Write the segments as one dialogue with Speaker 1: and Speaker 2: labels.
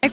Speaker 1: At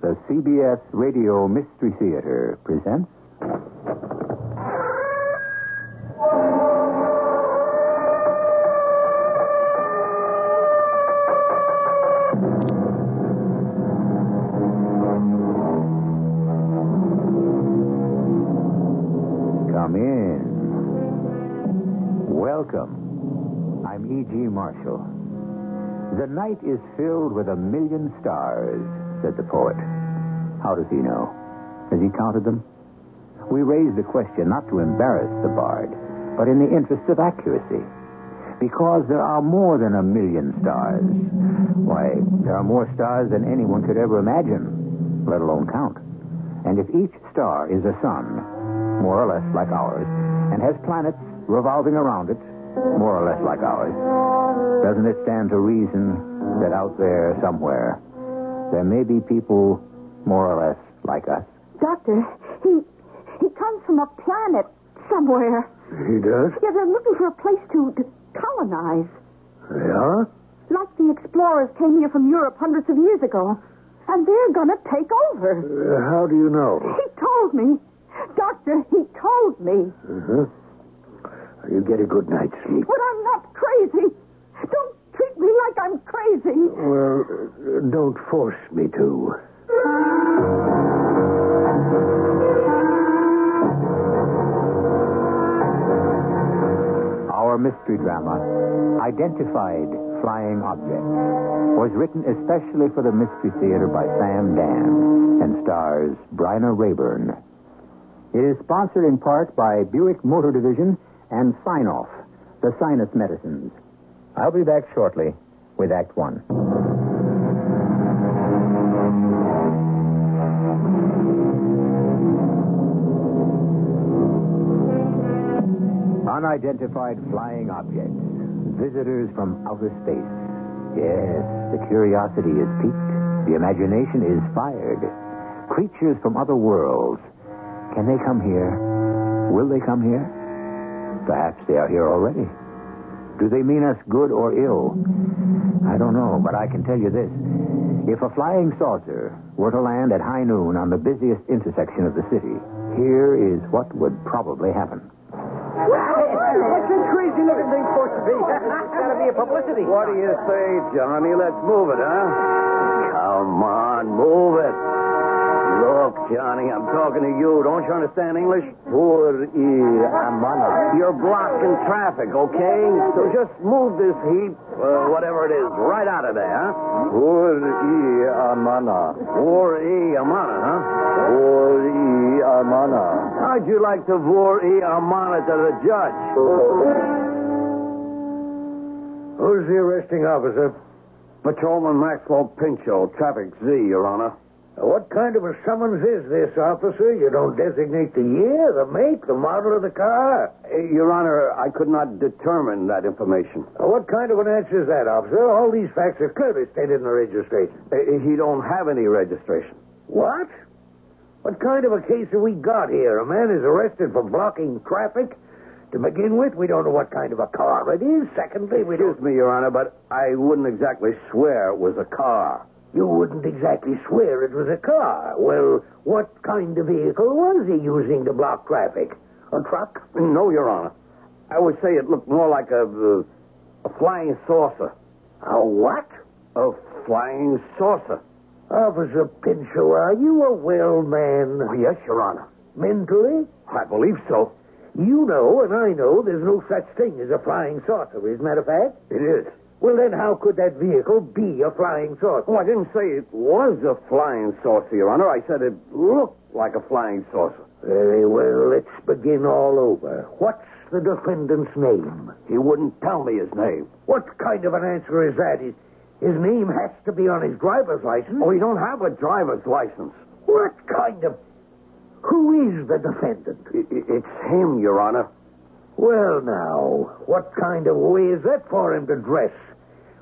Speaker 2: The CBS Radio Mystery Theater presents. Come in. Welcome. I'm E.G. Marshall. The night is filled with a million stars, said the poet. How does he know? Has he counted them? We raise the question not to embarrass the bard, but in the interest of accuracy. Because there are more than a million stars. Why, there are more stars than anyone could ever imagine, let alone count. And if each star is a sun, more or less like ours, and has planets revolving around it, more or less like ours, doesn't it stand to reason that out there somewhere, there may be people more or less like us?
Speaker 3: Doctor, he he comes from a planet somewhere.
Speaker 2: He does?
Speaker 3: Yeah, they're looking for a place to, to colonize.
Speaker 2: They are?
Speaker 3: Like the explorers came here from Europe hundreds of years ago. And they're gonna take over.
Speaker 2: Uh, how do you know?
Speaker 3: He told me. Doctor, he told me.
Speaker 2: Uh-huh. You get a good night's sleep.
Speaker 3: But I'm not crazy. Don't treat me like I'm crazy.
Speaker 2: Well, don't force me to. Our mystery drama, Identified Flying Object, was written especially for the Mystery Theater by Sam Dan and stars Bryna Rayburn. It is sponsored in part by Buick Motor Division and Sinoff, the sinus medicines. I'll be back shortly with Act One. Unidentified flying objects. Visitors from outer space. Yes, the curiosity is piqued. The imagination is fired. Creatures from other worlds. Can they come here? Will they come here? Perhaps they are here already. Do they mean us good or ill? I don't know, but I can tell you this. If a flying saucer were to land at high noon on the busiest intersection of the city, here is what would probably happen.
Speaker 4: What's that crazy looking thing supposed to be? It's got to be a publicity.
Speaker 2: What do you say, Johnny? Let's move it, huh? Come on, move it. Look, Johnny, I'm talking to you. Don't you understand English? Por ir amana. You're blocking traffic, okay? So just move this heap, uh, whatever it is, right out of there, huh? Por ir amana. Por ir amana, huh? Por ir amana. How'd you like to vor ir amana to the judge? Who's the arresting officer? Patrolman Maxwell Pinchot, Traffic Z, Your Honor. What kind of a summons is this, officer? You don't designate the year, the make, the model of the car? Eh, Your Honor, I could not determine that information. What kind of an answer is that, officer? All these facts are clearly stated in the registration. Eh, He don't have any registration. What? What kind of a case have we got here? A man is arrested for blocking traffic? To begin with, we don't know what kind of a car it is. Secondly, we Excuse me, Your Honor, but I wouldn't exactly swear it was a car. You wouldn't exactly swear it was a car. Well, what kind of vehicle was he using to block traffic? A truck? No, Your Honor. I would say it looked more like a, uh, a flying saucer. A what? A flying saucer. Officer Pinchot, are you a well man? Oh, yes, Your Honor. Mentally? I believe so. You know, and I know, there's no such thing as a flying saucer, isn't that a fact? It is. Well, then how could that vehicle be a flying saucer? Oh, I didn't say it was a flying saucer, Your Honor. I said it looked like a flying saucer. Very well, let's begin all over. What's the defendant's name? He wouldn't tell me his name. What kind of an answer is that? Is, His name has to be on his driver's license. Oh, he don't have a driver's license. What kind of... Who is the defendant? It's him, Your Honor. Well, now, what kind of way is that for him to dress?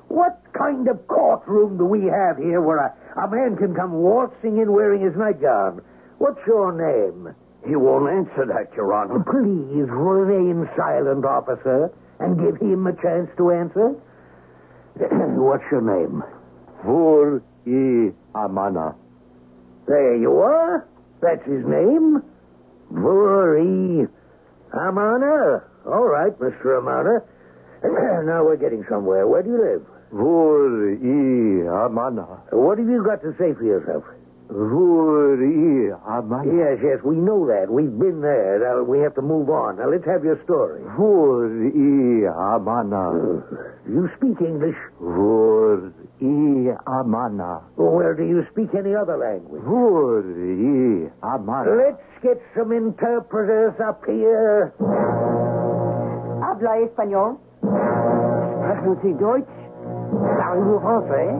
Speaker 2: What kind of courtroom do we have here where a, a man can come waltzing in wearing his nightgown? What's your name? He won't answer that, Your Honor. Please remain silent, officer, and give him a chance to answer. What's your name? Vur E. Amana. There you are. That's his name. Vur E. Amana. All right, Mr. Amana. now we're getting somewhere. Where do you live? Vur E. Amana. What have you got to say for yourself? Vur E. Amana. Yes, yes, we know that. We've been there. Now, we have to move on. Now, let's have your story. Vur E. Amana. You speak English? Vur E. Amana. Well, do you speak any other language? Vur E. Amana. Let's get some interpreters up here.
Speaker 3: Habla español.
Speaker 2: Sprechen Sie Deutsch? Sagen Sie Français?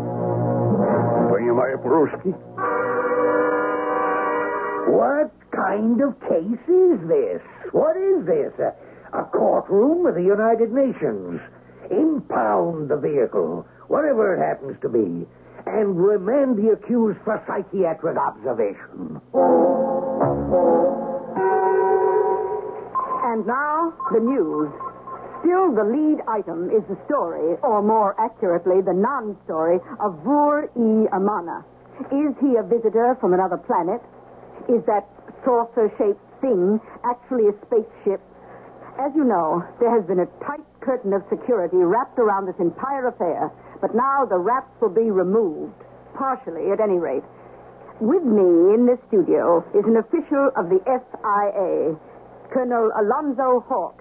Speaker 2: Понимаю по-русски. What kind of case is this? What is this? A, a courtroom of the United Nations. Impound the vehicle, whatever it happens to be, and remand the accused for psychiatric observation.
Speaker 3: And now, the news. Still the lead item is the story, or more accurately, the non-story of Vur E. Amana. Is he a visitor from another planet? Is that saucer-shaped thing actually a spaceship? As you know, there has been a tight curtain of security wrapped around this entire affair, but now the wraps will be removed, partially at any rate. With me in this studio is an official of the FIA, Colonel Alonzo Hawk.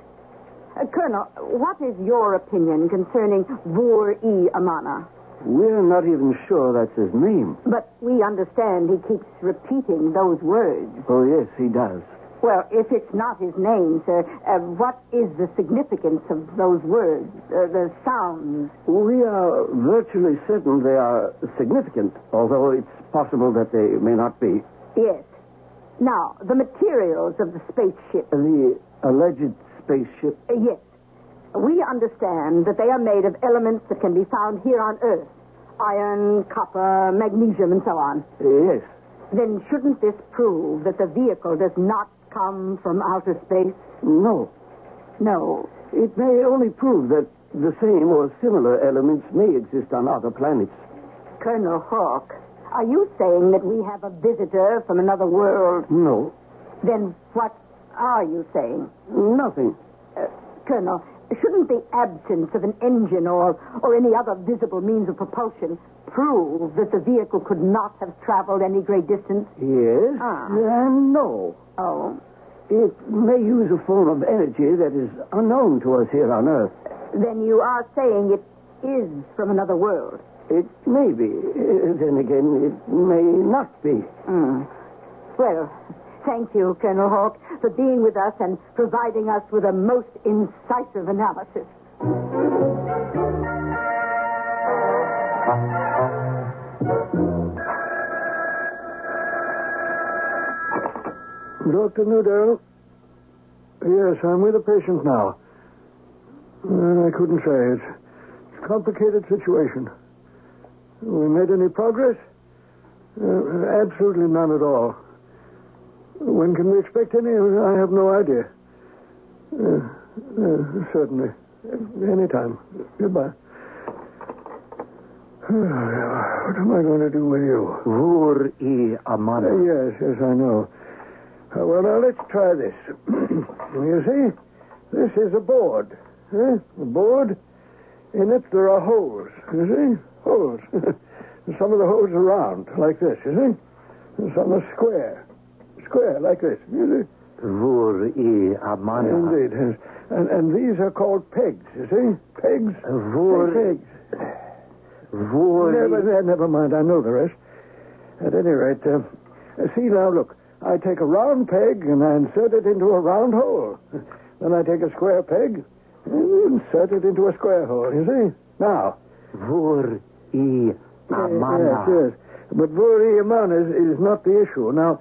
Speaker 3: Uh, Colonel, what is your opinion concerning Vur E. Amana?
Speaker 2: We're not even sure that's his name.
Speaker 3: But we understand he keeps repeating those words.
Speaker 2: Oh, yes, he does.
Speaker 3: Well, if it's not his name, sir, uh, what is the significance of those words, uh, the sounds?
Speaker 2: We are virtually certain they are significant, although it's possible that they may not be.
Speaker 3: Yes. Now, the materials of the spaceship.
Speaker 2: The alleged spaceship.
Speaker 3: Uh, yes. We understand that they are made of elements that can be found here on Earth iron, copper, magnesium, and so on.
Speaker 2: Yes.
Speaker 3: Then shouldn't this prove that the vehicle does not come from outer space?
Speaker 2: No.
Speaker 3: No.
Speaker 2: It may only prove that the same or similar elements may exist on other planets.
Speaker 3: Colonel Hawk, are you saying that we have a visitor from another world?
Speaker 2: No.
Speaker 3: Then what are you saying?
Speaker 2: Nothing.
Speaker 3: Uh, Colonel, shouldn't the absence of an engine or, or any other visible means of propulsion prove that the vehicle could not have traveled any great distance?
Speaker 2: Yes.
Speaker 3: Ah.
Speaker 2: And no.
Speaker 3: Oh,
Speaker 2: It may use a form of energy that is unknown to us here on Earth.
Speaker 3: then you are saying it is from another world.
Speaker 2: It may be. Uh, Then again, it may not be.
Speaker 3: Well, thank you, Colonel Hawk, for being with us and providing us with a most incisive analysis.
Speaker 5: Dr. Newdale? Yes, I'm with a patient now. Uh, I couldn't say it. It's a complicated situation. We made any progress? Uh, absolutely none at all. When can we expect any? I have no idea. Uh, uh, certainly. Any time. Goodbye. What am I going to do with you?
Speaker 2: Vur e
Speaker 5: Uh,
Speaker 2: amana.
Speaker 5: Yes, yes, I know. Uh, well, now let's try this. you see, this is a board. Huh? A board. In it there are holes. You see? Holes. And some of the holes are round, like this, you see? And some are square. Square, like this. You see?
Speaker 2: Vur e amana.
Speaker 5: Indeed. yes. And, and these are called pegs, you see? Pegs.
Speaker 2: Vur-
Speaker 5: Pegs.
Speaker 2: Vur
Speaker 5: Never,
Speaker 2: e...
Speaker 5: never, never mind. I know the rest. At any rate, uh, see now, look. I take a round peg and I insert it into a round hole. Then I take a square peg and insert it into a square hole. You see? Now,
Speaker 2: Vur E. Amana.
Speaker 5: Yes, yes. But Vuri Amana is, is not the issue. Now,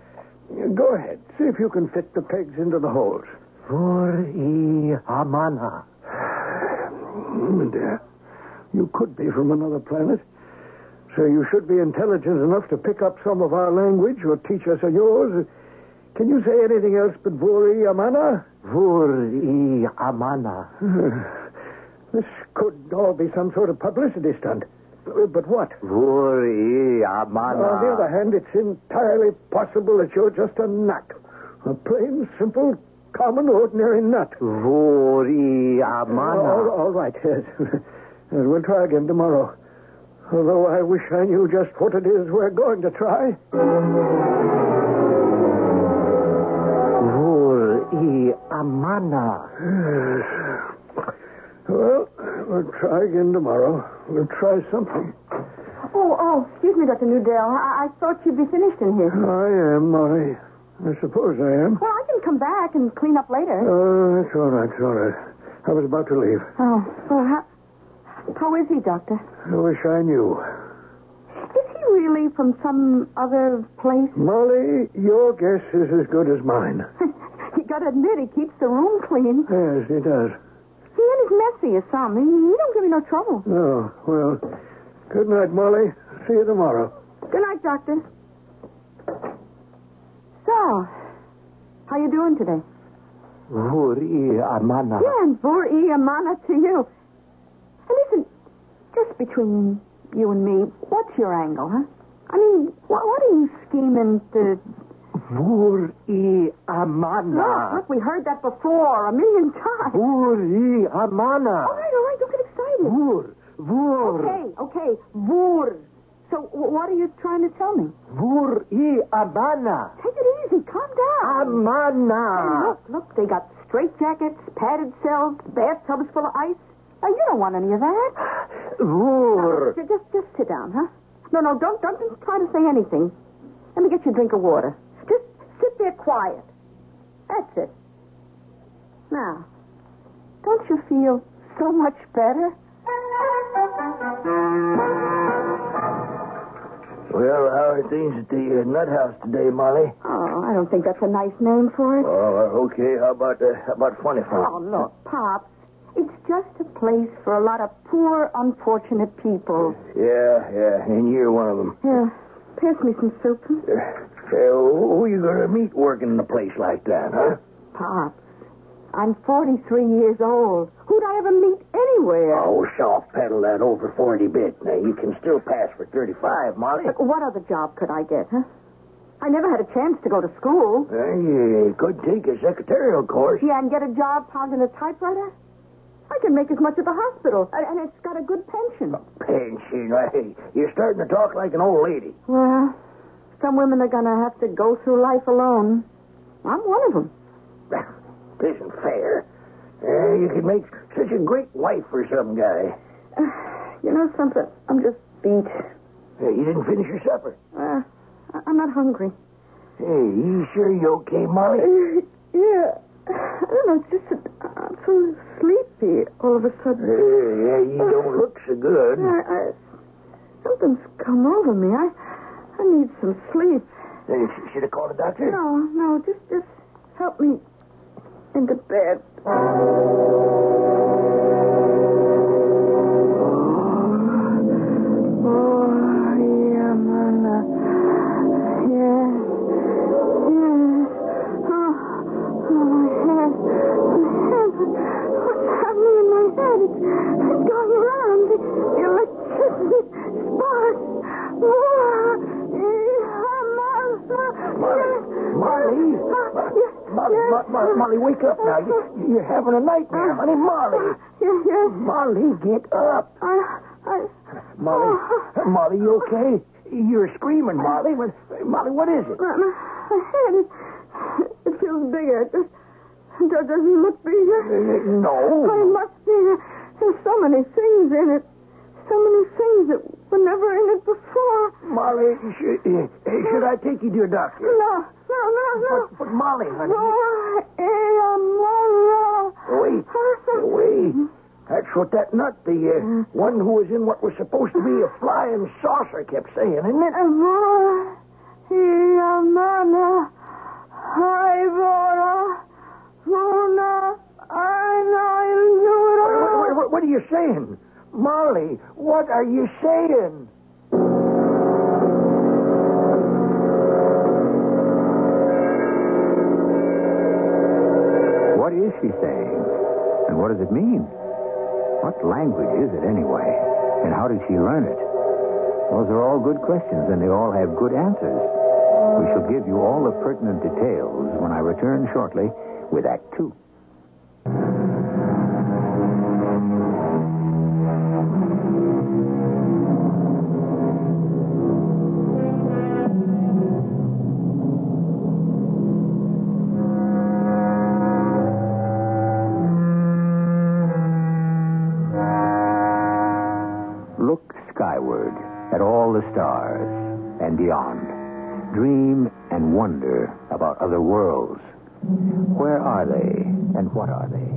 Speaker 5: go ahead. See if you can fit the pegs into the holes.
Speaker 2: Vor E. Amana.
Speaker 5: Human dear, you could be from another planet. So you should be intelligent enough to pick up some of our language or teach us yours. Can you say anything else but Vuri Amana?
Speaker 2: Vor E. Amana.
Speaker 5: This could all be some sort of publicity stunt. Uh, But what?
Speaker 2: Vor E.
Speaker 5: On the other
Speaker 2: Amana.
Speaker 5: hand, it's entirely possible that you're just a nut. A plain, simple, common, ordinary nut.
Speaker 2: Vor E.
Speaker 5: All,
Speaker 2: Amana.
Speaker 5: all right, yes. Yes, we'll try again tomorrow. Although I wish I knew just what it is we're going to try.
Speaker 2: Vor E. Amana.
Speaker 5: Well, we'll try again tomorrow. We'll try something.
Speaker 3: Oh, oh, excuse me, Dr. Newdale. I, I thought you'd be finished in here.
Speaker 5: I am, Molly. I suppose I am.
Speaker 3: Well, I can come back and clean up later.
Speaker 5: Oh, it's all right, it's all right. I was about to leave.
Speaker 3: Oh, well, how, how is he, Doctor?
Speaker 5: I wish I knew.
Speaker 3: Is he really from some other place?
Speaker 5: Molly, your guess is as good as mine.
Speaker 3: you gotta admit, he keeps the room clean.
Speaker 5: Yes, he does.
Speaker 3: He ain't as messy as some. He, he don't give me no trouble.
Speaker 5: Oh, well, good night, Molly. See you tomorrow.
Speaker 3: Good night, Doctor. So, how you doing today?
Speaker 2: Vor E. Amana.
Speaker 3: Yeah, and vor e amana to you. And listen, just between you and me, what's your angle, huh? I mean, what, what are you scheming to...
Speaker 2: Vor E. Amana.
Speaker 5: Ah.
Speaker 3: Look, look, we heard that before a million times.
Speaker 2: Vor E. Amana.
Speaker 3: All right, all right, don't get excited.
Speaker 2: Vor. Vor.
Speaker 3: Okay, okay, vor. So wh- what are you trying to tell me?
Speaker 2: Vor E. Amana.
Speaker 3: Take it easy, calm down.
Speaker 5: Ah.
Speaker 3: And
Speaker 2: Amana.
Speaker 3: Look, look, they got straitjackets, padded cells, bathtubs full of ice. Now, you don't want any of that.
Speaker 2: Vor.
Speaker 3: Ju- Just, just sit down, huh? No, no, don't, don't even try to say anything. Let me get you a drink of water. Just sit there quiet. That's it. Now, don't you feel so much better?
Speaker 5: Well, how are things at the uh, nut house today, Molly?
Speaker 3: Oh, I don't think that's a nice name for it.
Speaker 5: Oh, okay. How about uh, how about funny
Speaker 3: Oh, look, Pops, it's just a place for a lot of poor, unfortunate people.
Speaker 5: Yeah, yeah. And you're one of them.
Speaker 3: Here, pass me some soup.
Speaker 5: Uh, who you going to meet working in a place like that, huh?
Speaker 3: Pops, I'm 43 years old. Who'd I ever meet anywhere?
Speaker 5: Oh, soft pedal that over 40 bit. Now, you can still pass for 35, Molly.
Speaker 3: But what other job could I get, huh? I never had a chance to go to school.
Speaker 5: you could take a secretarial course.
Speaker 3: Yeah, and get a job pounding a typewriter? I can make as much at the hospital, and, and it's got a good pension.
Speaker 5: Pension. Hey, you're starting to talk like an old lady.
Speaker 3: Well, some women are going to have to go through life alone. I'm one of them.
Speaker 5: This isn't fair. Uh, you could make such a great wife for some guy.
Speaker 3: You know something? I'm just beat.
Speaker 5: Hey, Uh, you didn't finish your supper.
Speaker 3: Uh, I- I'm not hungry.
Speaker 5: Hey, you sure you okay, Molly?
Speaker 3: yeah. I don't know. It's just that I'm so sleepy all of a
Speaker 5: Uh,
Speaker 3: sudden.
Speaker 5: yeah, you don't look so good.
Speaker 3: I, I, something's come over me. I I need some sleep.
Speaker 5: Hey, sh- should have called a doctor?
Speaker 3: No, no. Just just help me into bed. Oh, yeah, Mama. Yeah. Yeah. Oh, oh, my head. My head. What's happening in my head? It's, it's going around. The electricity sparks. Whoa. Yeah, Mama.
Speaker 5: Molly?
Speaker 3: Yeah. Yes,
Speaker 5: Molly,
Speaker 3: yes.
Speaker 5: Mo- Mo- Molly, wake up now. You- You're having a nightmare, honey. Molly,
Speaker 3: Yes, yes.
Speaker 5: Molly, get up.
Speaker 3: I, I,
Speaker 5: Molly, Molly, you okay? You're screaming, Molly. What, Molly, what is it?
Speaker 3: my, my head, it, it feels bigger. It just, it doesn't look
Speaker 5: Uh,
Speaker 3: bigger. But it
Speaker 5: No.
Speaker 3: must be. There's so many things in it. So many things that were never in it before.
Speaker 5: Molly, sh- uh, should I take you to a doctor?
Speaker 3: No, no, no, no.
Speaker 5: But, but Molly, honey.
Speaker 3: Oh, I am
Speaker 5: Wait. Wait.
Speaker 6: That's what that nut, the uh, one who was in what was supposed to be a flying saucer, kept saying, isn't it?
Speaker 3: Amor, Yamana, Ivora, Mona,
Speaker 6: What, what-
Speaker 3: Aina,
Speaker 6: what- what- what are you saying? Molly, what are you saying?
Speaker 7: What is she saying? And what does it mean? What language is it anyway? And how did she learn it? Those are all good questions, and they all have good answers. We shall give you all the pertinent details when I return shortly with Act Two. Look skyward at all the stars and beyond. Dream and wonder about other worlds. Where are they and what are they?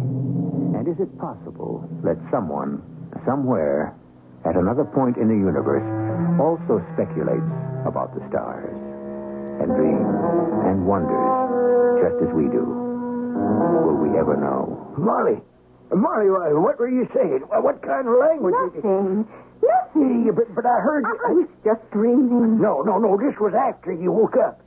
Speaker 7: And is it possible that someone, somewhere, at another point in the universe, also speculates about the stars and dreams and wonders just as we do? Will we ever know?
Speaker 6: Molly, Molly, wha- what were you saying? Wha- What kind of language? did you-
Speaker 3: Nothing, nothing.
Speaker 6: Yeah, but, but I heard you.
Speaker 3: I was just dreaming.
Speaker 6: No, no, no. This was after you woke up.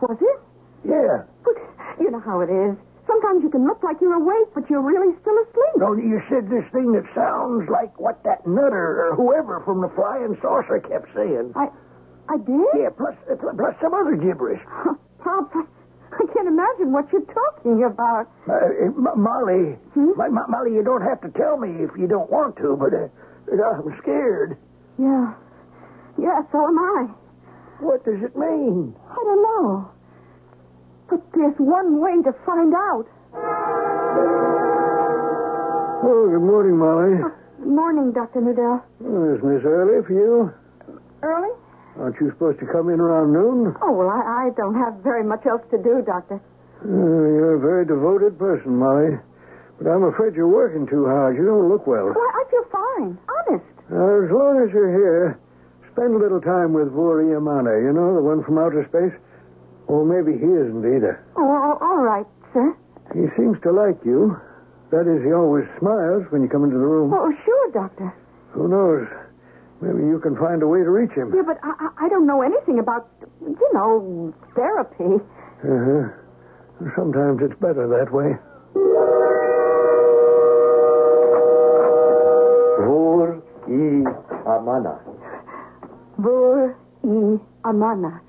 Speaker 3: Was it?
Speaker 6: Yeah.
Speaker 3: But you know how it is. Sometimes you can look like you're awake, but you're really still asleep.
Speaker 6: No, you said this thing that sounds like what that nutter or whoever from the flying saucer kept saying.
Speaker 3: I, I did?
Speaker 6: Yeah, plus, plus some other gibberish.
Speaker 3: Huh, Pop, I, I can't imagine what you're talking about.
Speaker 6: Uh, M- Molly, Mo- Mo- Molly, you don't have to tell me if you don't want to, but uh, I'm scared.
Speaker 3: Yeah. Yeah, so am I.
Speaker 6: What does it mean?
Speaker 3: I don't know. But there's one way to find out.
Speaker 8: Oh, good morning, Molly.
Speaker 3: Morning, Dr. Nudell.
Speaker 8: Oh, isn't this early for you?
Speaker 3: Early?
Speaker 8: Aren't you supposed to come in around noon?
Speaker 3: Oh, well, I, I don't have very much else to do, Doctor.
Speaker 8: Uh, you're a very devoted person, Molly. But I'm afraid you're working too hard. You don't look well.
Speaker 3: Why, I feel fine. Honest.
Speaker 8: Uh, as long as you're here, spend a little time with Vori Amana, you know, the one from outer space. Or maybe he isn't either.
Speaker 3: Oh, all- all right, sir.
Speaker 8: He seems to like you. That is, he always smiles when you come into the room.
Speaker 3: Oh, sure, Doctor.
Speaker 8: Who knows? Maybe you can find a way to reach him.
Speaker 3: Yeah, but I, I- I don't know anything about, you know, therapy.
Speaker 8: Uh-huh. Sometimes it's better that way.
Speaker 5: Vur i amana.
Speaker 3: Vur e amana.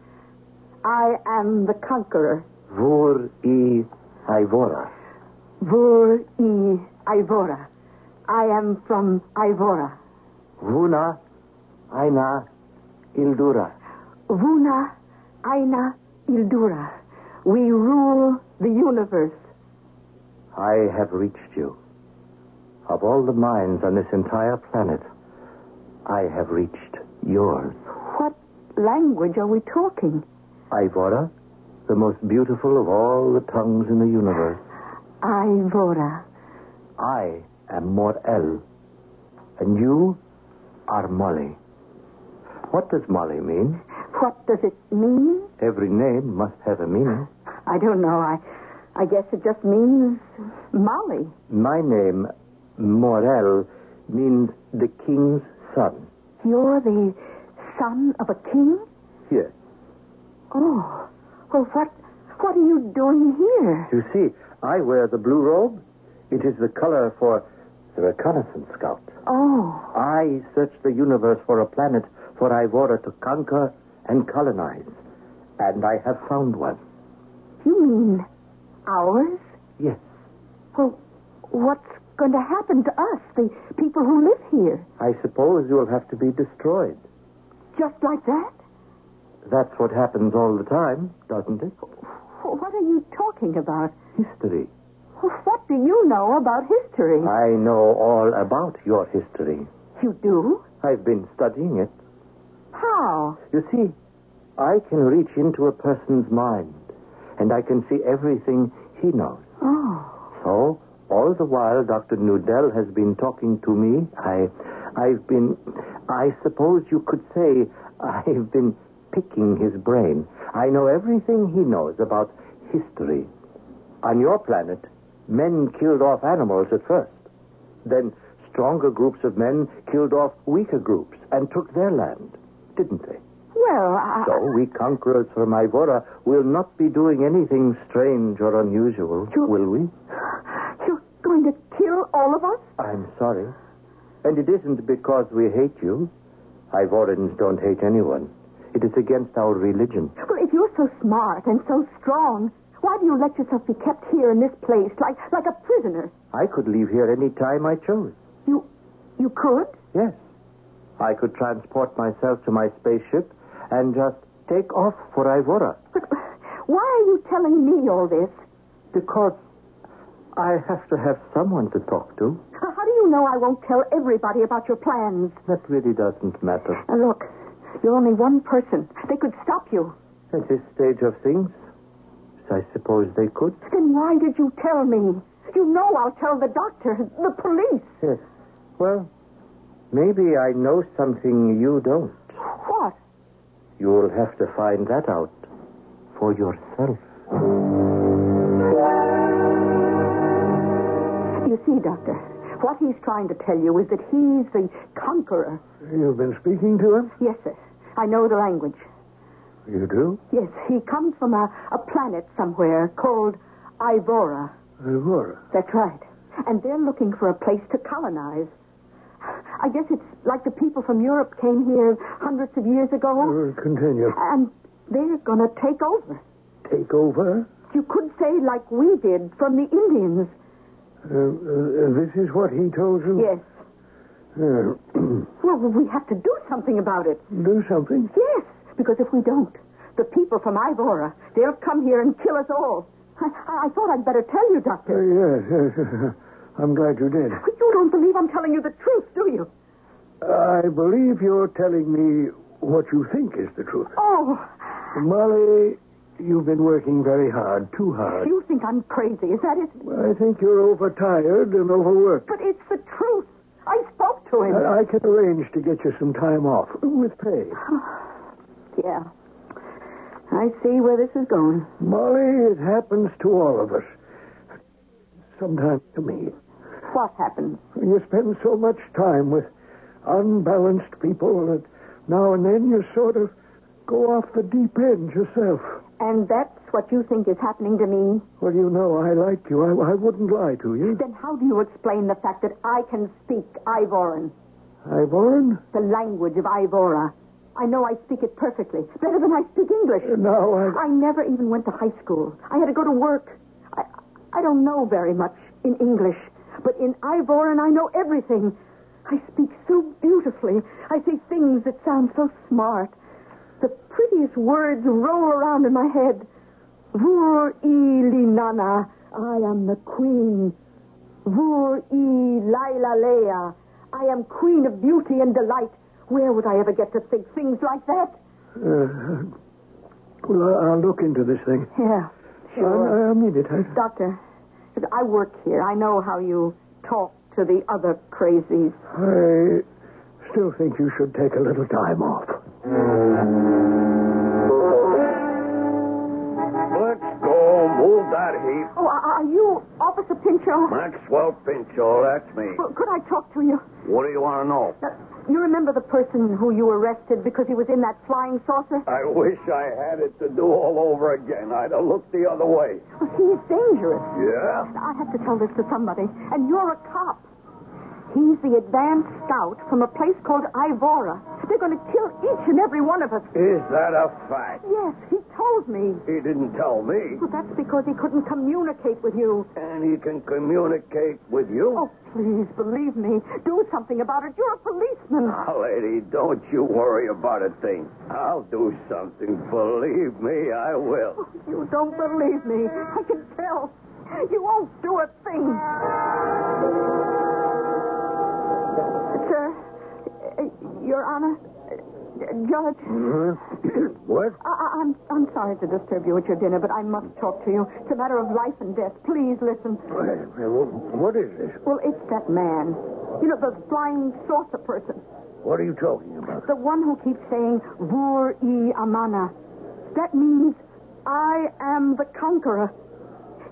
Speaker 3: I am the conqueror.
Speaker 5: Vur i Ivora.
Speaker 3: Vur e Ivora. I am from Ivora.
Speaker 5: Vuna aina ildura.
Speaker 3: Vuna aina ildura. We rule the universe.
Speaker 5: I have reached you. Of all the minds on this entire planet, I have reached yours.
Speaker 3: What language are we talking?
Speaker 5: Ivora, the most beautiful of all the tongues in the universe.
Speaker 3: Ivora.
Speaker 5: I am Morel, and you are Molly. What does Molly mean?
Speaker 3: What does it mean?
Speaker 5: Every name must have a meaning.
Speaker 3: I don't know. I, I guess it just means Molly.
Speaker 5: My name, Morel, means the king's son.
Speaker 3: You're the son of a king?
Speaker 5: Here,
Speaker 3: Oh, well, what, what are you doing here?
Speaker 5: you see, I wear the blue robe. It is the color for the reconnaissance scout.
Speaker 3: Oh,
Speaker 5: I search the universe for a planet for Ivora to conquer and colonize. And I have found one.
Speaker 3: you mean ours?
Speaker 5: Yes.
Speaker 3: Well, what's going to happen to us, the people who live here?
Speaker 5: I suppose you'll have to be destroyed.
Speaker 3: Just like that?
Speaker 5: That's what happens all the time, doesn't it?
Speaker 3: Wh- What are you talking about?
Speaker 5: History.
Speaker 3: Wh- What do you know about history?
Speaker 5: I know all about your history.
Speaker 3: You do?
Speaker 5: I've been studying it.
Speaker 3: How?
Speaker 5: You see, I can reach into a person's mind, and I can see everything he knows.
Speaker 3: Oh,
Speaker 5: So All the while, Dr. Nudell has been talking to me. I, I've been, I suppose you could say, I've been picking his brain. I know everything he knows about history. On your planet, men killed off animals at first. Then stronger groups of men killed off weaker groups and took their land, didn't they?
Speaker 3: Well, I,
Speaker 5: So we conquerors from Ivora will not be doing anything strange or unusual,
Speaker 3: You-
Speaker 5: will we?
Speaker 3: you're going to kill all of us?
Speaker 5: I'm sorry. And it isn't because we hate you. Ivorans don't hate anyone. It is against our religion.
Speaker 3: Well, if you're so smart and so strong, why do you let yourself be kept here in this place like like a prisoner?
Speaker 5: I could leave here any time I chose.
Speaker 3: You you could?
Speaker 5: Yes. I could transport myself to my spaceship and just take off for Ivora.
Speaker 3: But why are you telling me all this?
Speaker 5: Because I have to have someone to talk to.
Speaker 3: How do you know I won't tell everybody about your plans?
Speaker 5: That really doesn't matter.
Speaker 3: Now, Uh, look, you're only one person. They could stop you.
Speaker 5: At this stage of things, I suppose they could.
Speaker 3: Then why did you tell me? You know I'll tell the doctor, the police.
Speaker 5: Yes. Well, maybe I know something you don't.
Speaker 3: What?
Speaker 5: You'll have to find that out for yourself.
Speaker 3: You see, Doctor, what he's trying to tell you is that he's the conqueror.
Speaker 2: You've been speaking to him?
Speaker 3: Yes, sir. I know the language.
Speaker 2: You do?
Speaker 3: Yes, he comes from a, a planet somewhere called Ivora.
Speaker 2: Uh, Ivora.
Speaker 3: That's right. And they're looking for a place to colonize. I guess it's like the people from Europe came here hundreds of years ago,
Speaker 2: Uh, continue.
Speaker 3: and they're going to take over.
Speaker 2: Take over?
Speaker 3: You could say, like we did from the Indians.
Speaker 2: Uh, uh, this is what he told you?
Speaker 3: Yes.
Speaker 2: Uh,
Speaker 3: Well, we have to do something about it.
Speaker 2: do something?
Speaker 3: Yes, because if we don't, the people from Ivora, they'll come here and kill us all. I, I thought I'd better tell you,
Speaker 2: Uh,
Speaker 3: Doctor.
Speaker 2: yes, yes. I'm glad you did.
Speaker 3: But you don't believe I'm telling you the truth, do you?
Speaker 2: I believe you're telling me what you think is the truth.
Speaker 3: Oh,
Speaker 2: Molly, you've been working very hard, too hard.
Speaker 3: you think I'm crazy. Is that it?
Speaker 2: I think you're overtired and overworked.
Speaker 3: But it's the truth. I spoke to him.
Speaker 2: I I can arrange to get you some time off with pay.
Speaker 3: Yeah. I see where this is going.
Speaker 2: Molly, it happens to all of us. Sometimes to me.
Speaker 3: What happened?
Speaker 2: You spend so much time with unbalanced people that now and then you sort of go off the deep end yourself.
Speaker 3: And that's what you think is happening to me?
Speaker 2: Well, you know, I like you. I, I wouldn't lie to you.
Speaker 3: Then how do you explain the fact that I can speak Ivoran,
Speaker 2: Ivorn,
Speaker 3: the language of Ivora? I know I speak it perfectly, better than I speak English.
Speaker 2: now I...
Speaker 3: I never even went to high school. I had to go to work. I, I don't know very much in English, but in Ivoran I know everything. I speak so beautifully. I say things that sound so smart. The prettiest words roll around in my head. Vur i linana, I am the queen. Vur i laila lea, I am queen of beauty and delight. Where would I ever get to think things like that?
Speaker 2: Uh, well, I- I'll look into this thing.
Speaker 3: Yeah, sure.
Speaker 2: I, I mean it. I,
Speaker 3: Doctor, I work here. I know how you talk to the other crazies.
Speaker 2: I still think you should take a little time off.
Speaker 9: Let's go. Move that heap.
Speaker 3: Oh, are are you Officer Pinchot?
Speaker 9: Maxwell Pinchot, that's me.
Speaker 3: Well, could I talk to you?
Speaker 9: What do you want to know?
Speaker 3: Uh, You remember the person who you arrested because he was in that flying saucer?
Speaker 9: I wish I had it to do all over again. I'd have looked the other way.
Speaker 3: Well, he is dangerous.
Speaker 9: Yeah?
Speaker 3: I have to tell this to somebody, and you're a cop. He's the advanced scout from a place called Ivora. They're going to kill each and every one of us.
Speaker 9: Is that a fact?
Speaker 3: Yes, he told me.
Speaker 9: He didn't tell me.
Speaker 3: Well, that's because he couldn't communicate with you.
Speaker 9: And he can communicate with you.
Speaker 3: Oh, please believe me. Do something about it. You're a policeman.
Speaker 9: Now, Ah, lady, don't you worry about a thing. I'll do something. Believe me, I will.
Speaker 3: You don't believe me. I can tell. You won't do a thing. Sir, uh, Your Honor, uh, Judge.
Speaker 2: What?
Speaker 3: I, I, I'm, I'm sorry to disturb you at your dinner, but I must talk to you. It's a matter of life and death. Please listen.
Speaker 2: What is this?
Speaker 3: Well, it's that man. You know, the flying saucer person.
Speaker 2: What are you talking about?
Speaker 3: The one who keeps saying, Vur e amana. That means, I am the conqueror.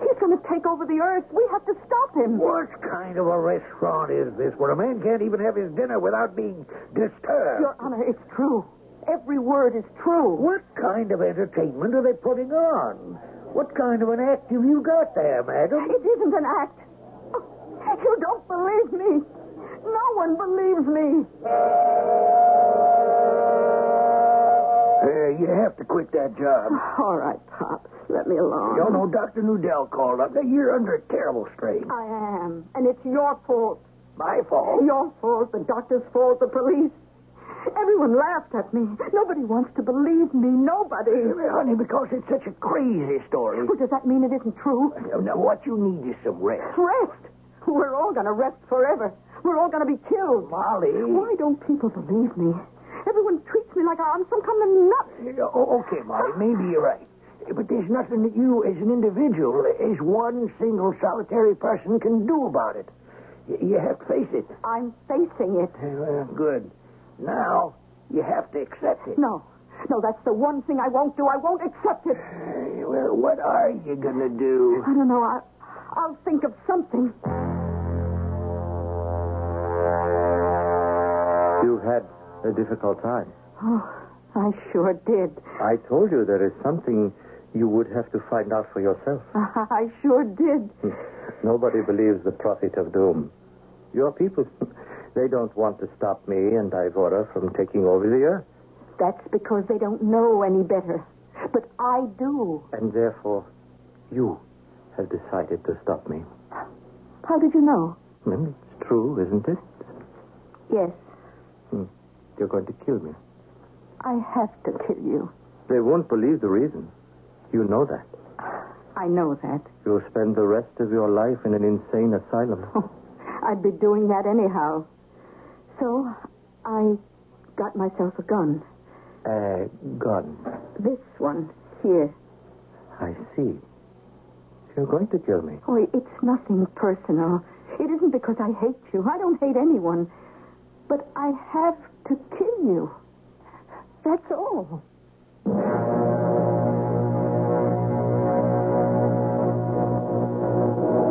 Speaker 3: He's going to take over the earth. We have to stop him.
Speaker 2: What kind of a restaurant is this where a man can't even have his dinner without being disturbed?
Speaker 3: Your Honor, it's true. Every word is true.
Speaker 2: What kind of entertainment are they putting on? What kind of an act have you got there, madam?
Speaker 3: It isn't an act. Oh, You don't believe me. No one believes me.
Speaker 2: Uh, you have to quit that job.
Speaker 3: All right, Pop. Let me alone.
Speaker 2: You know, Dr. Nudell called up. You're under a terrible strain.
Speaker 3: I am. And it's your fault.
Speaker 2: My fault.
Speaker 3: Your fault, the doctor's fault, the police. Everyone laughed at me. Nobody wants to believe me. Nobody.
Speaker 2: Honey, because it's such a crazy story.
Speaker 3: Well, does that mean it isn't true?
Speaker 2: Now, what you need is some rest.
Speaker 3: Rest. We're all going to rest forever. We're all going to be killed.
Speaker 2: Molly.
Speaker 3: Why don't people believe me? Everyone treats me like I'm some kind of nut.
Speaker 2: Oh, okay, Molly, maybe you're right. But there's nothing that you, as an individual, as one single solitary person, can do about it. Y- You have to face it.
Speaker 3: I'm facing it.
Speaker 2: Well, good. Now, you have to accept it.
Speaker 3: No. No, that's the one thing I won't do. I won't accept it.
Speaker 2: Uh, Well, what are you going to do?
Speaker 3: I don't know. I, I'll think of something.
Speaker 5: You've had a difficult time.
Speaker 3: Oh, I sure did.
Speaker 5: I told you there is something you would have to find out for yourself.
Speaker 3: I sure did.
Speaker 5: Nobody believes the prophet of doom. Your people, they don't want to stop me and Ivora from taking over the earth,
Speaker 3: That's because they don't know any better. But I do.
Speaker 5: and therefore you have decided to stop me.
Speaker 3: How did you know?
Speaker 5: Hmm, It's true, isn't it? Hmm,
Speaker 3: Yes,
Speaker 5: You're going to kill me.
Speaker 3: I have to kill you.
Speaker 5: They won't believe the reason. You know that.
Speaker 3: I know that.
Speaker 5: You'll spend the rest of your life in an insane asylum.
Speaker 3: Oh, I'd be doing that anyhow. So I got myself a gun.
Speaker 5: A gun.
Speaker 3: This one here.
Speaker 5: I see. You're going to kill me.
Speaker 3: Oh, it's nothing personal. It isn't because I hate you. I don't hate anyone. But I have to kill you. That's all.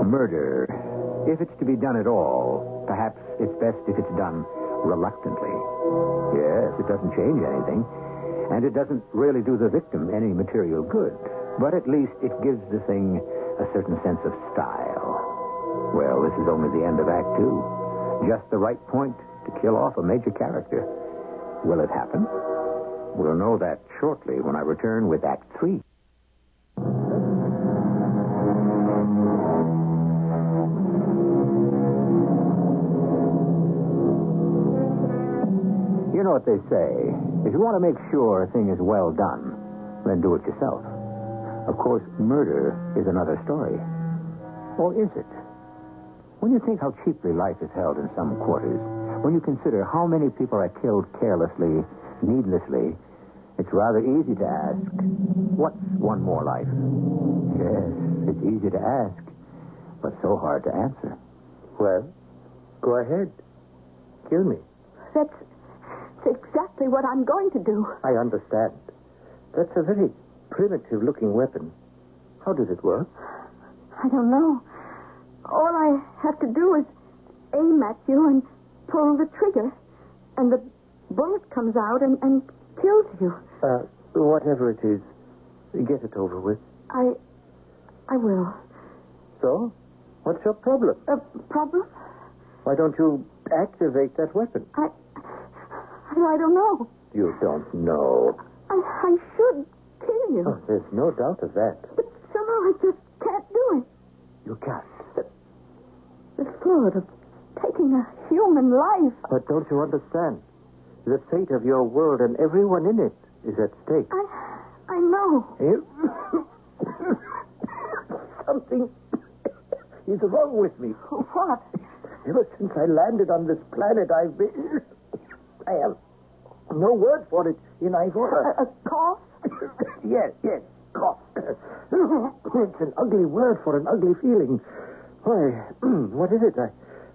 Speaker 10: Murder. If it's to be done at all, perhaps it's best if it's done reluctantly. Yes, it doesn't change anything. And it doesn't really do the victim any material good. But at least it gives the thing a certain sense of style. Well, this is only the end of Act Two. Just the right point to kill off a major character. Will it happen? We'll know that shortly when I return with Act Three. You know what they say. If you want to make sure a thing is well done, then do it yourself. Of course, murder is another story. Or is it? When you think how cheaply life is held in some quarters, when you consider how many people are killed carelessly, needlessly, it's rather easy to ask, what's one more life? Yes, it's easy to ask, but so hard to answer.
Speaker 5: Well, go ahead. Kill me.
Speaker 3: That's, that's exactly what I'm going to do.
Speaker 5: I understand. That's a very primitive looking weapon. How does it work?
Speaker 3: I don't know. All I have to do is aim at you and pull the trigger, and the bullet comes out and, and kills you.
Speaker 5: Uh, whatever it is, get it over with.
Speaker 3: I, I will.
Speaker 5: So? What's your problem?
Speaker 3: A problem?
Speaker 5: Why don't you activate that weapon?
Speaker 3: I, I, I don't know.
Speaker 5: You don't know.
Speaker 3: I, I should kill you,
Speaker 5: Oh, there's no doubt of that.
Speaker 3: but somehow I just can't do it.
Speaker 5: You can't.
Speaker 3: The thought of taking a human life.
Speaker 5: But don't you understand? The fate of your world and everyone in it is at stake.
Speaker 3: I, I know.
Speaker 5: Something is wrong with me.
Speaker 3: What?
Speaker 5: Ever since I landed on this planet, I've been. I have No word for it in Ivora.
Speaker 3: A, a cough?
Speaker 5: yes, yes, cough. it's an ugly word for an ugly feeling. Why, what is it? I,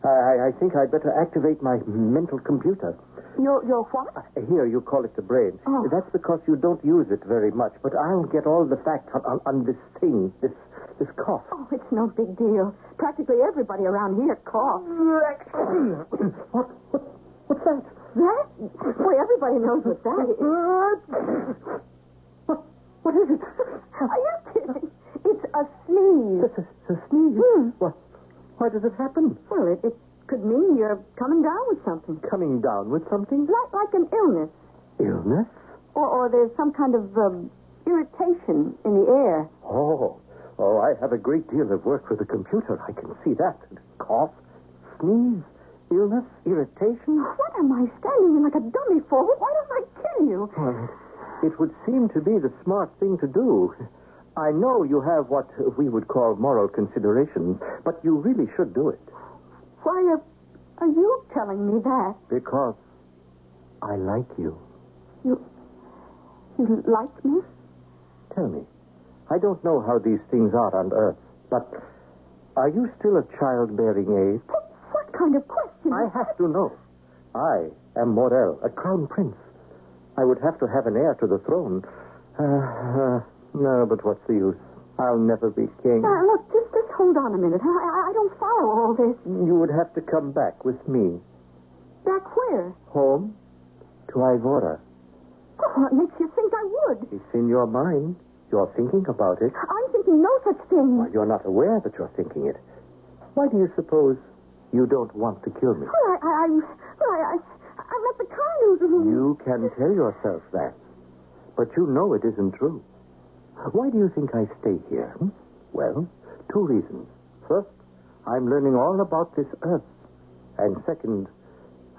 Speaker 5: I, I think I'd better activate my mental computer.
Speaker 3: Your, your what?
Speaker 5: Here, you call it the brain.
Speaker 3: Oh.
Speaker 5: That's because you don't use it very much, but I'll get all the facts on, on, on this thing, this, this cough.
Speaker 3: Oh, it's no big deal. Practically everybody around here coughs.
Speaker 5: what, what, what's that?
Speaker 3: That? Boy, everybody knows what that is.
Speaker 5: What, what is it?
Speaker 3: Are you kidding? It's a sneeze. Hmm.
Speaker 5: It's a, it's a sneeze. Why, why does it happen?
Speaker 3: Well, it, it could mean you're coming down with something.
Speaker 5: Coming down with something?
Speaker 3: Like, like an illness.
Speaker 5: Illness?
Speaker 3: Or, or there's some kind of um, irritation in the air.
Speaker 5: Oh, oh, I have a great deal of work with the computer. I can see that. Cough, sneeze, illness, irritation.
Speaker 3: What am I standing in like a dummy for? Why don't I kill you?
Speaker 5: Well, it would seem to be the smart thing to do. I know you have what we would call moral consideration, but you really should do it.
Speaker 3: Why are, are you telling me that?
Speaker 5: Because I like you.
Speaker 3: You, you like me?
Speaker 5: Tell me, I don't know how these things are on Earth, but are you still of childbearing age?
Speaker 3: What, what kind of question?
Speaker 5: I have to know. I am Morel, a crown prince. I would have to have an heir to the throne. Uh, uh, no, but what's the use? I'll never be king.
Speaker 3: Now, look, just, just hold on a minute. I, I, I don't follow all this.
Speaker 5: You would have to come back with me.
Speaker 3: Back where?
Speaker 5: Home? To Ivora.
Speaker 3: Oh, what makes you think I would?
Speaker 5: It's in your mind. You're thinking about it.
Speaker 3: I'm thinking no such thing.
Speaker 5: Why, you're not aware that you're thinking it. Why do you suppose you don't want to kill me?
Speaker 3: Well, Oh, I, I, I'm, well, I, I, I'm not the kind who...
Speaker 5: You can tell yourself that. But you know it isn't true. Why do you think I stay here? hmm? Well, two reasons. First, I'm learning all about this earth. And second,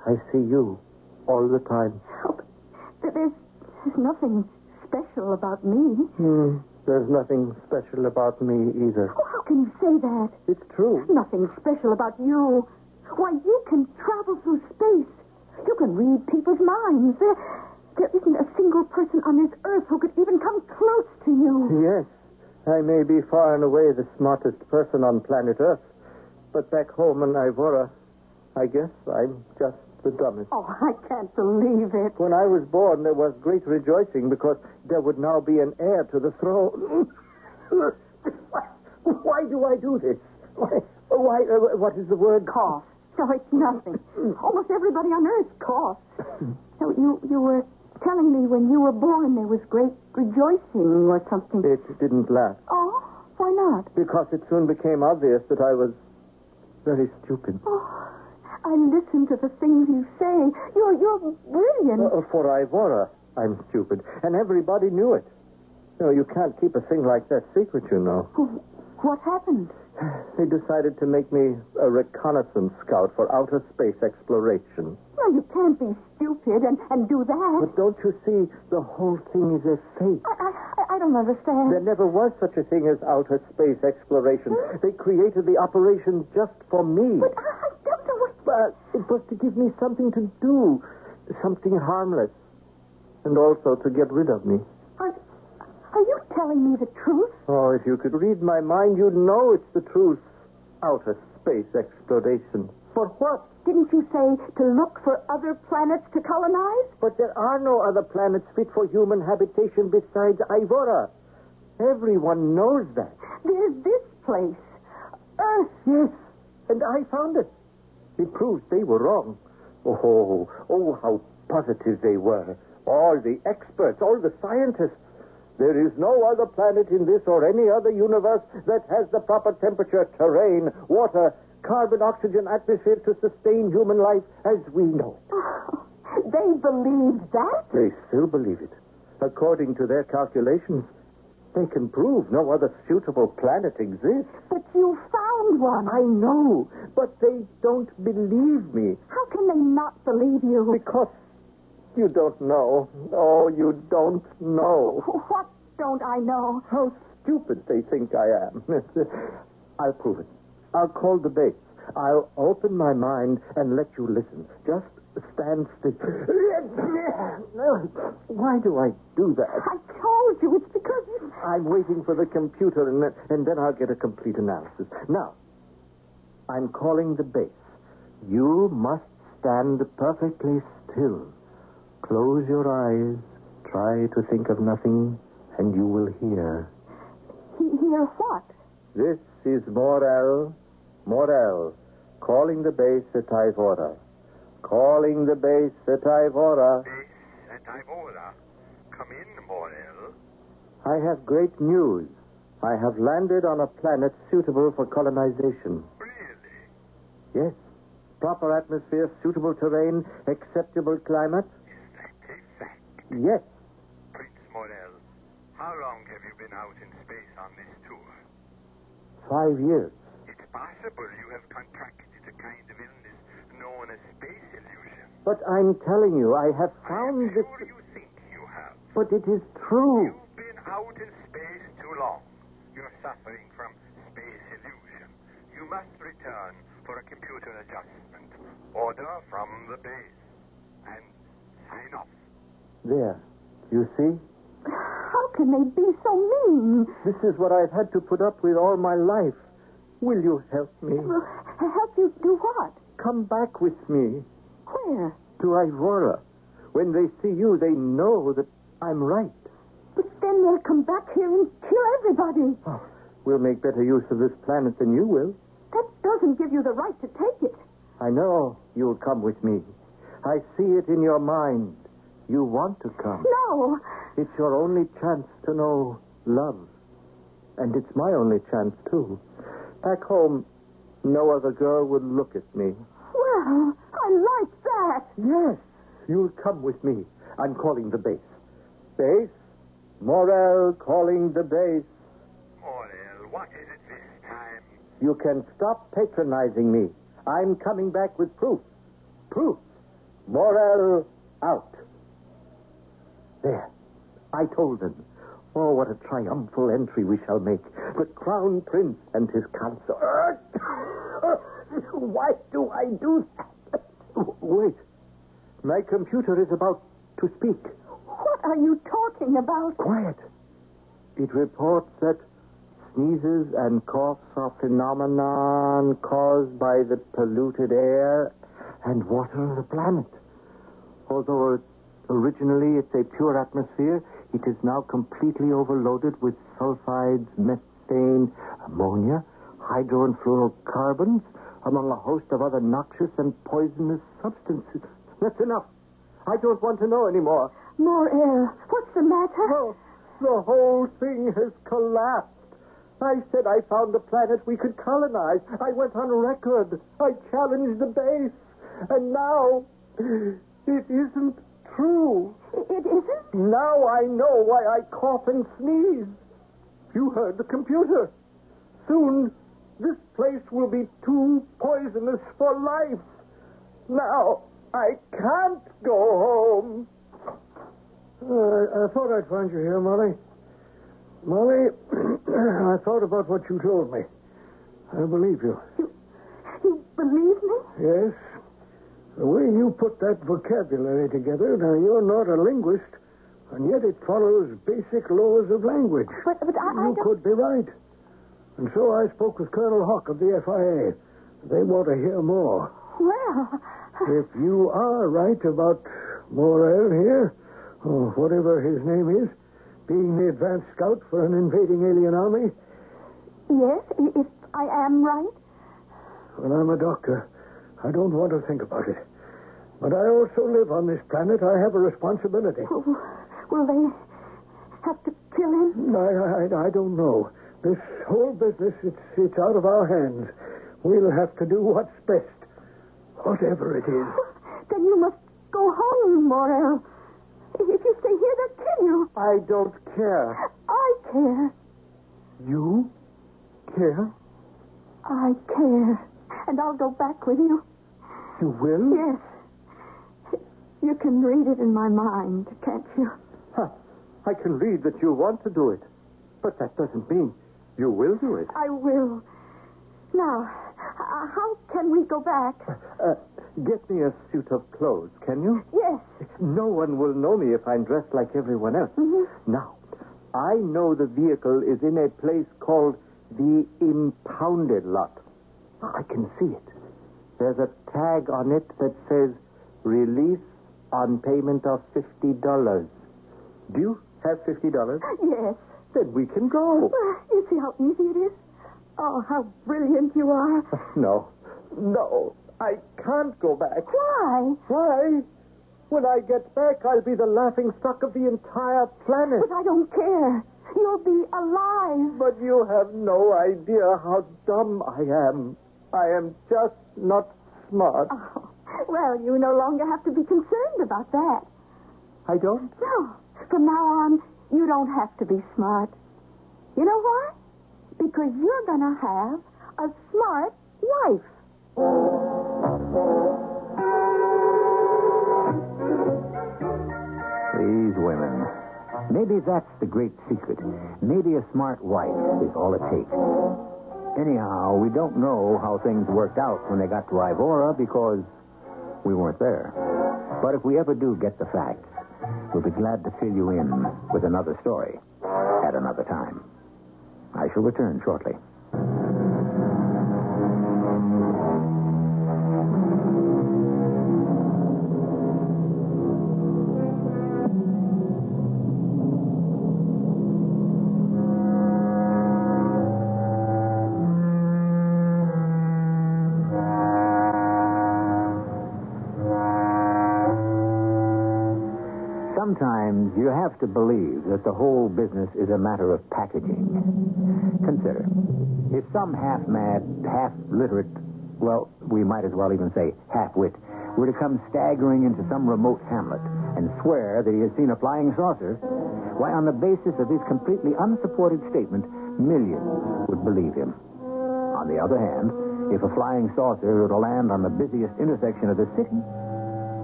Speaker 5: I see you all the time.
Speaker 3: Oh, but there's, there's nothing special about me.
Speaker 5: Hmm, There's nothing special about me either.
Speaker 3: Oh, how can you say that?
Speaker 5: It's true.
Speaker 3: Nothing special about you. Why, you can travel through space. You can read people's minds. There, there isn't a single person on this earth who could even come close to you.
Speaker 5: Yes, I may be far and away the smartest person on planet Earth, but back home in Ivora, I guess I'm just the dumbest.
Speaker 3: Oh, I can't believe it.
Speaker 5: When I was born, there was great rejoicing because there would now be an heir to the throne. why, uh, why do I do this? Why, why uh, what is the word?
Speaker 3: Cough. No, it's nothing. Almost everybody on earth coughs. So you, you were telling me when you were born there was great rejoicing or something.
Speaker 5: It didn't last
Speaker 3: Oh, why not?
Speaker 5: because it soon became obvious that I was very stupid.
Speaker 3: Oh, I listen to the things you say. You're, you're brilliant.
Speaker 5: Uh, for Ivora, I'm stupid, and everybody knew it. No, you can't keep a thing like that secret, you know.
Speaker 3: What happened?
Speaker 5: They decided to make me a reconnaissance scout for outer space exploration.
Speaker 3: Well, you can't be stupid and, and do that.
Speaker 5: But don't you see, the whole thing is a fake.
Speaker 3: I, I, I- I don't understand.
Speaker 5: There never was such a thing as outer space exploration. They created the operation just for me.
Speaker 3: But I, I don't know what.
Speaker 5: But it was to give me something to do, something harmless, and also to get rid of me.
Speaker 3: Are, are you telling me the truth?
Speaker 5: Oh, if you could read my mind, you'd know it's the truth. Outer space exploration. For what?
Speaker 3: Didn't you say to look for other planets to colonize?
Speaker 5: But there are no other planets fit for human habitation besides Ivora. Everyone knows that.
Speaker 3: There's this place, Earth.
Speaker 5: Yes, and I found it. It proves they were wrong. Oh, oh, how positive they were. All the experts, all the scientists. There is no other planet in this or any other universe that has the proper temperature, terrain, water, carbon, oxygen, atmosphere to sustain human life as we know.
Speaker 3: They believed that?
Speaker 5: They still believe it. According to their calculations, they can prove no other suitable planet exists.
Speaker 3: But you found one.
Speaker 5: I know, but they don't believe me
Speaker 3: How can they not believe you?
Speaker 5: because you don't know. Oh, you don't know
Speaker 3: What don't I know?
Speaker 5: how stupid they think I am. I'll prove it. I'll call the base. I'll open my mind and let you listen. Just stand still. Why do I do that?
Speaker 3: I told you it's because you.
Speaker 5: I'm waiting for the computer, and then, and then I'll get a complete analysis. Now, I'm calling the base.
Speaker 11: You must stand perfectly still. Close your eyes, try to think of nothing, and you will hear.
Speaker 3: He- Hear what?
Speaker 5: This is Morel. Morel. Calling the base at Ivora. Calling the base at Ivora.
Speaker 12: Base at Ivora. Come in, Morel.
Speaker 5: I have great news. I have landed on a planet suitable for colonization.
Speaker 12: Really?
Speaker 5: Yes. Proper atmosphere, suitable terrain, acceptable climate.
Speaker 12: Is that a fact,
Speaker 5: Yes.
Speaker 12: Prince Morel? How long have you been out in space on this tour?
Speaker 5: Five years.
Speaker 12: It's possible you have contracted a kind of illness known as space illusion.
Speaker 5: But I'm telling you, I have
Speaker 12: I'm
Speaker 5: found this.
Speaker 12: sure you think you have.
Speaker 5: But it is true.
Speaker 12: You've been out in space too long. You're suffering from space illusion. You must return for a computer adjustment. Order from the base. And sign off.
Speaker 5: There. You see?
Speaker 3: How can they be so mean?
Speaker 5: This is what I've had to put up with all my life. Will you help me?
Speaker 3: Well, help you do what?
Speaker 5: Come back with me
Speaker 3: Where?
Speaker 5: to Ivora. When they see you, they know that I'm right.
Speaker 3: But then they'll come back here and kill everybody.
Speaker 5: Oh, we'll make better use of this planet than you will.
Speaker 3: That doesn't give you the right to take it.
Speaker 5: I know you'll come with me. I see it in your mind. You want to come.
Speaker 3: No.
Speaker 5: It's your only chance to know love. And it's my only chance, too. Back home, no other girl would look at me.
Speaker 3: Well, I like that.
Speaker 5: Yes. You'll come with me. I'm calling the base. Base? Morel calling the base.
Speaker 12: Morel, what is it this time?
Speaker 5: You can stop patronizing me. I'm coming back with proof. Proof. Morel out. There. I told them. Oh, what a triumphal entry we shall make. The crown prince and his consort. Why do I do that? Wait. My computer is about to speak.
Speaker 3: What are you talking about?
Speaker 5: Quiet. It reports that sneezes and coughs are phenomenon caused by the polluted air and water on the planet. Although uh, originally it's a pure atmosphere, it is now completely overloaded with sulfides, methane, ammonia, hydro and fluorocarbons, among a host of other noxious and poisonous substances. That's enough. I don't want to know anymore.
Speaker 3: More air. What's the matter?
Speaker 5: Oh, the whole thing has collapsed. I said I found a planet we could colonize. I went on record. I challenged the base. And now it isn't true.
Speaker 3: It isn't.
Speaker 5: Now I know why I cough and sneeze. You heard the computer. Soon this place will be too poisonous for life. Now I can't go home.
Speaker 4: Uh, I thought I'd find you here, Molly. Molly, I thought about what you told me. I believe you.
Speaker 3: You believe me?
Speaker 4: Yes. The way you put that vocabulary together, now you're not a linguist, and yet it follows basic laws of language.
Speaker 3: But, but I, I
Speaker 4: you
Speaker 3: don't.
Speaker 4: could be right. And so I spoke with Colonel Hawk of the FIA. They want to hear more.
Speaker 3: Well,
Speaker 4: If you are right about Morel here, or whatever his name is, being the advance scout for an invading alien army,
Speaker 3: yes, i- if I am right.
Speaker 4: Well, I'm a doctor. I don't want to think about it. But I also live on this planet. I have a responsibility.
Speaker 3: Will, will they have to kill him?
Speaker 4: I, I, I don't know. This whole business, it's, it's out of our hands. We'll have to do what's best, whatever it is.
Speaker 3: Then you must go home, Morel. If you stay here, they'll kill you.
Speaker 5: I don't care.
Speaker 3: I care.
Speaker 5: You care?
Speaker 3: I care. And I'll go back with you.
Speaker 5: You will?
Speaker 3: Yes. You can read it in my mind, can't you?
Speaker 5: Huh. I can read that you want to do it. But that doesn't mean you will do it.
Speaker 3: I will. Now, uh, how can we go back?
Speaker 5: Uh,
Speaker 13: Get me a suit of clothes, can you?
Speaker 3: Yes.
Speaker 13: No one will know me if I'm dressed like everyone else. Now, I know the vehicle is in a place called the impounded lot. I can see it. There's a tag on it that says release on payment of $50. Do you have $50?
Speaker 3: Yes.
Speaker 13: Then we can go.
Speaker 3: Well, you see how easy it is? Oh, how brilliant you are.
Speaker 13: No. No. I can't go back.
Speaker 3: Why?
Speaker 13: Why? When I get back, I'll be the laughing stock of the entire planet.
Speaker 3: But I don't care. You'll be alive.
Speaker 13: But you have no idea how dumb I am. I am just not smart.
Speaker 3: Oh, well, you no longer have to be concerned about that.
Speaker 13: I don't?
Speaker 3: No. From now on, you don't have to be smart. You know why? Because you're going to have a smart wife.
Speaker 5: These women. Maybe that's the great secret. Maybe a smart wife is all it takes. Anyhow, we don't know how things worked out when they got to Ivora because we weren't there. But if we ever do get the facts, we'll be glad to fill you in with another story at another time. I shall return shortly. Sometimes you have to believe that the whole business is a matter of packaging. Consider, if some half mad, half literate, well, we might as well even say half wit, were to come staggering into some remote hamlet and swear that he has seen a flying saucer, why, on the basis of his completely unsupported statement, millions would believe him. On the other hand, if a flying saucer were to land on the busiest intersection of the city,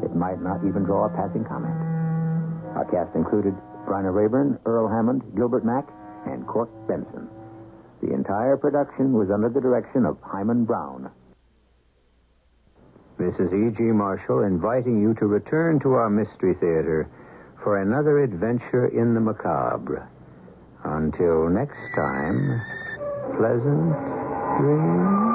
Speaker 5: it might not even draw a passing comment. Our cast included Bryna Rayburn, Earl Hammond, Gilbert Mack, and Cork Benson. The entire production was under the direction of Hyman Brown. This is E.G. Marshall inviting you to return to our Mystery Theater for another adventure in the macabre. Until next time, pleasant dreams.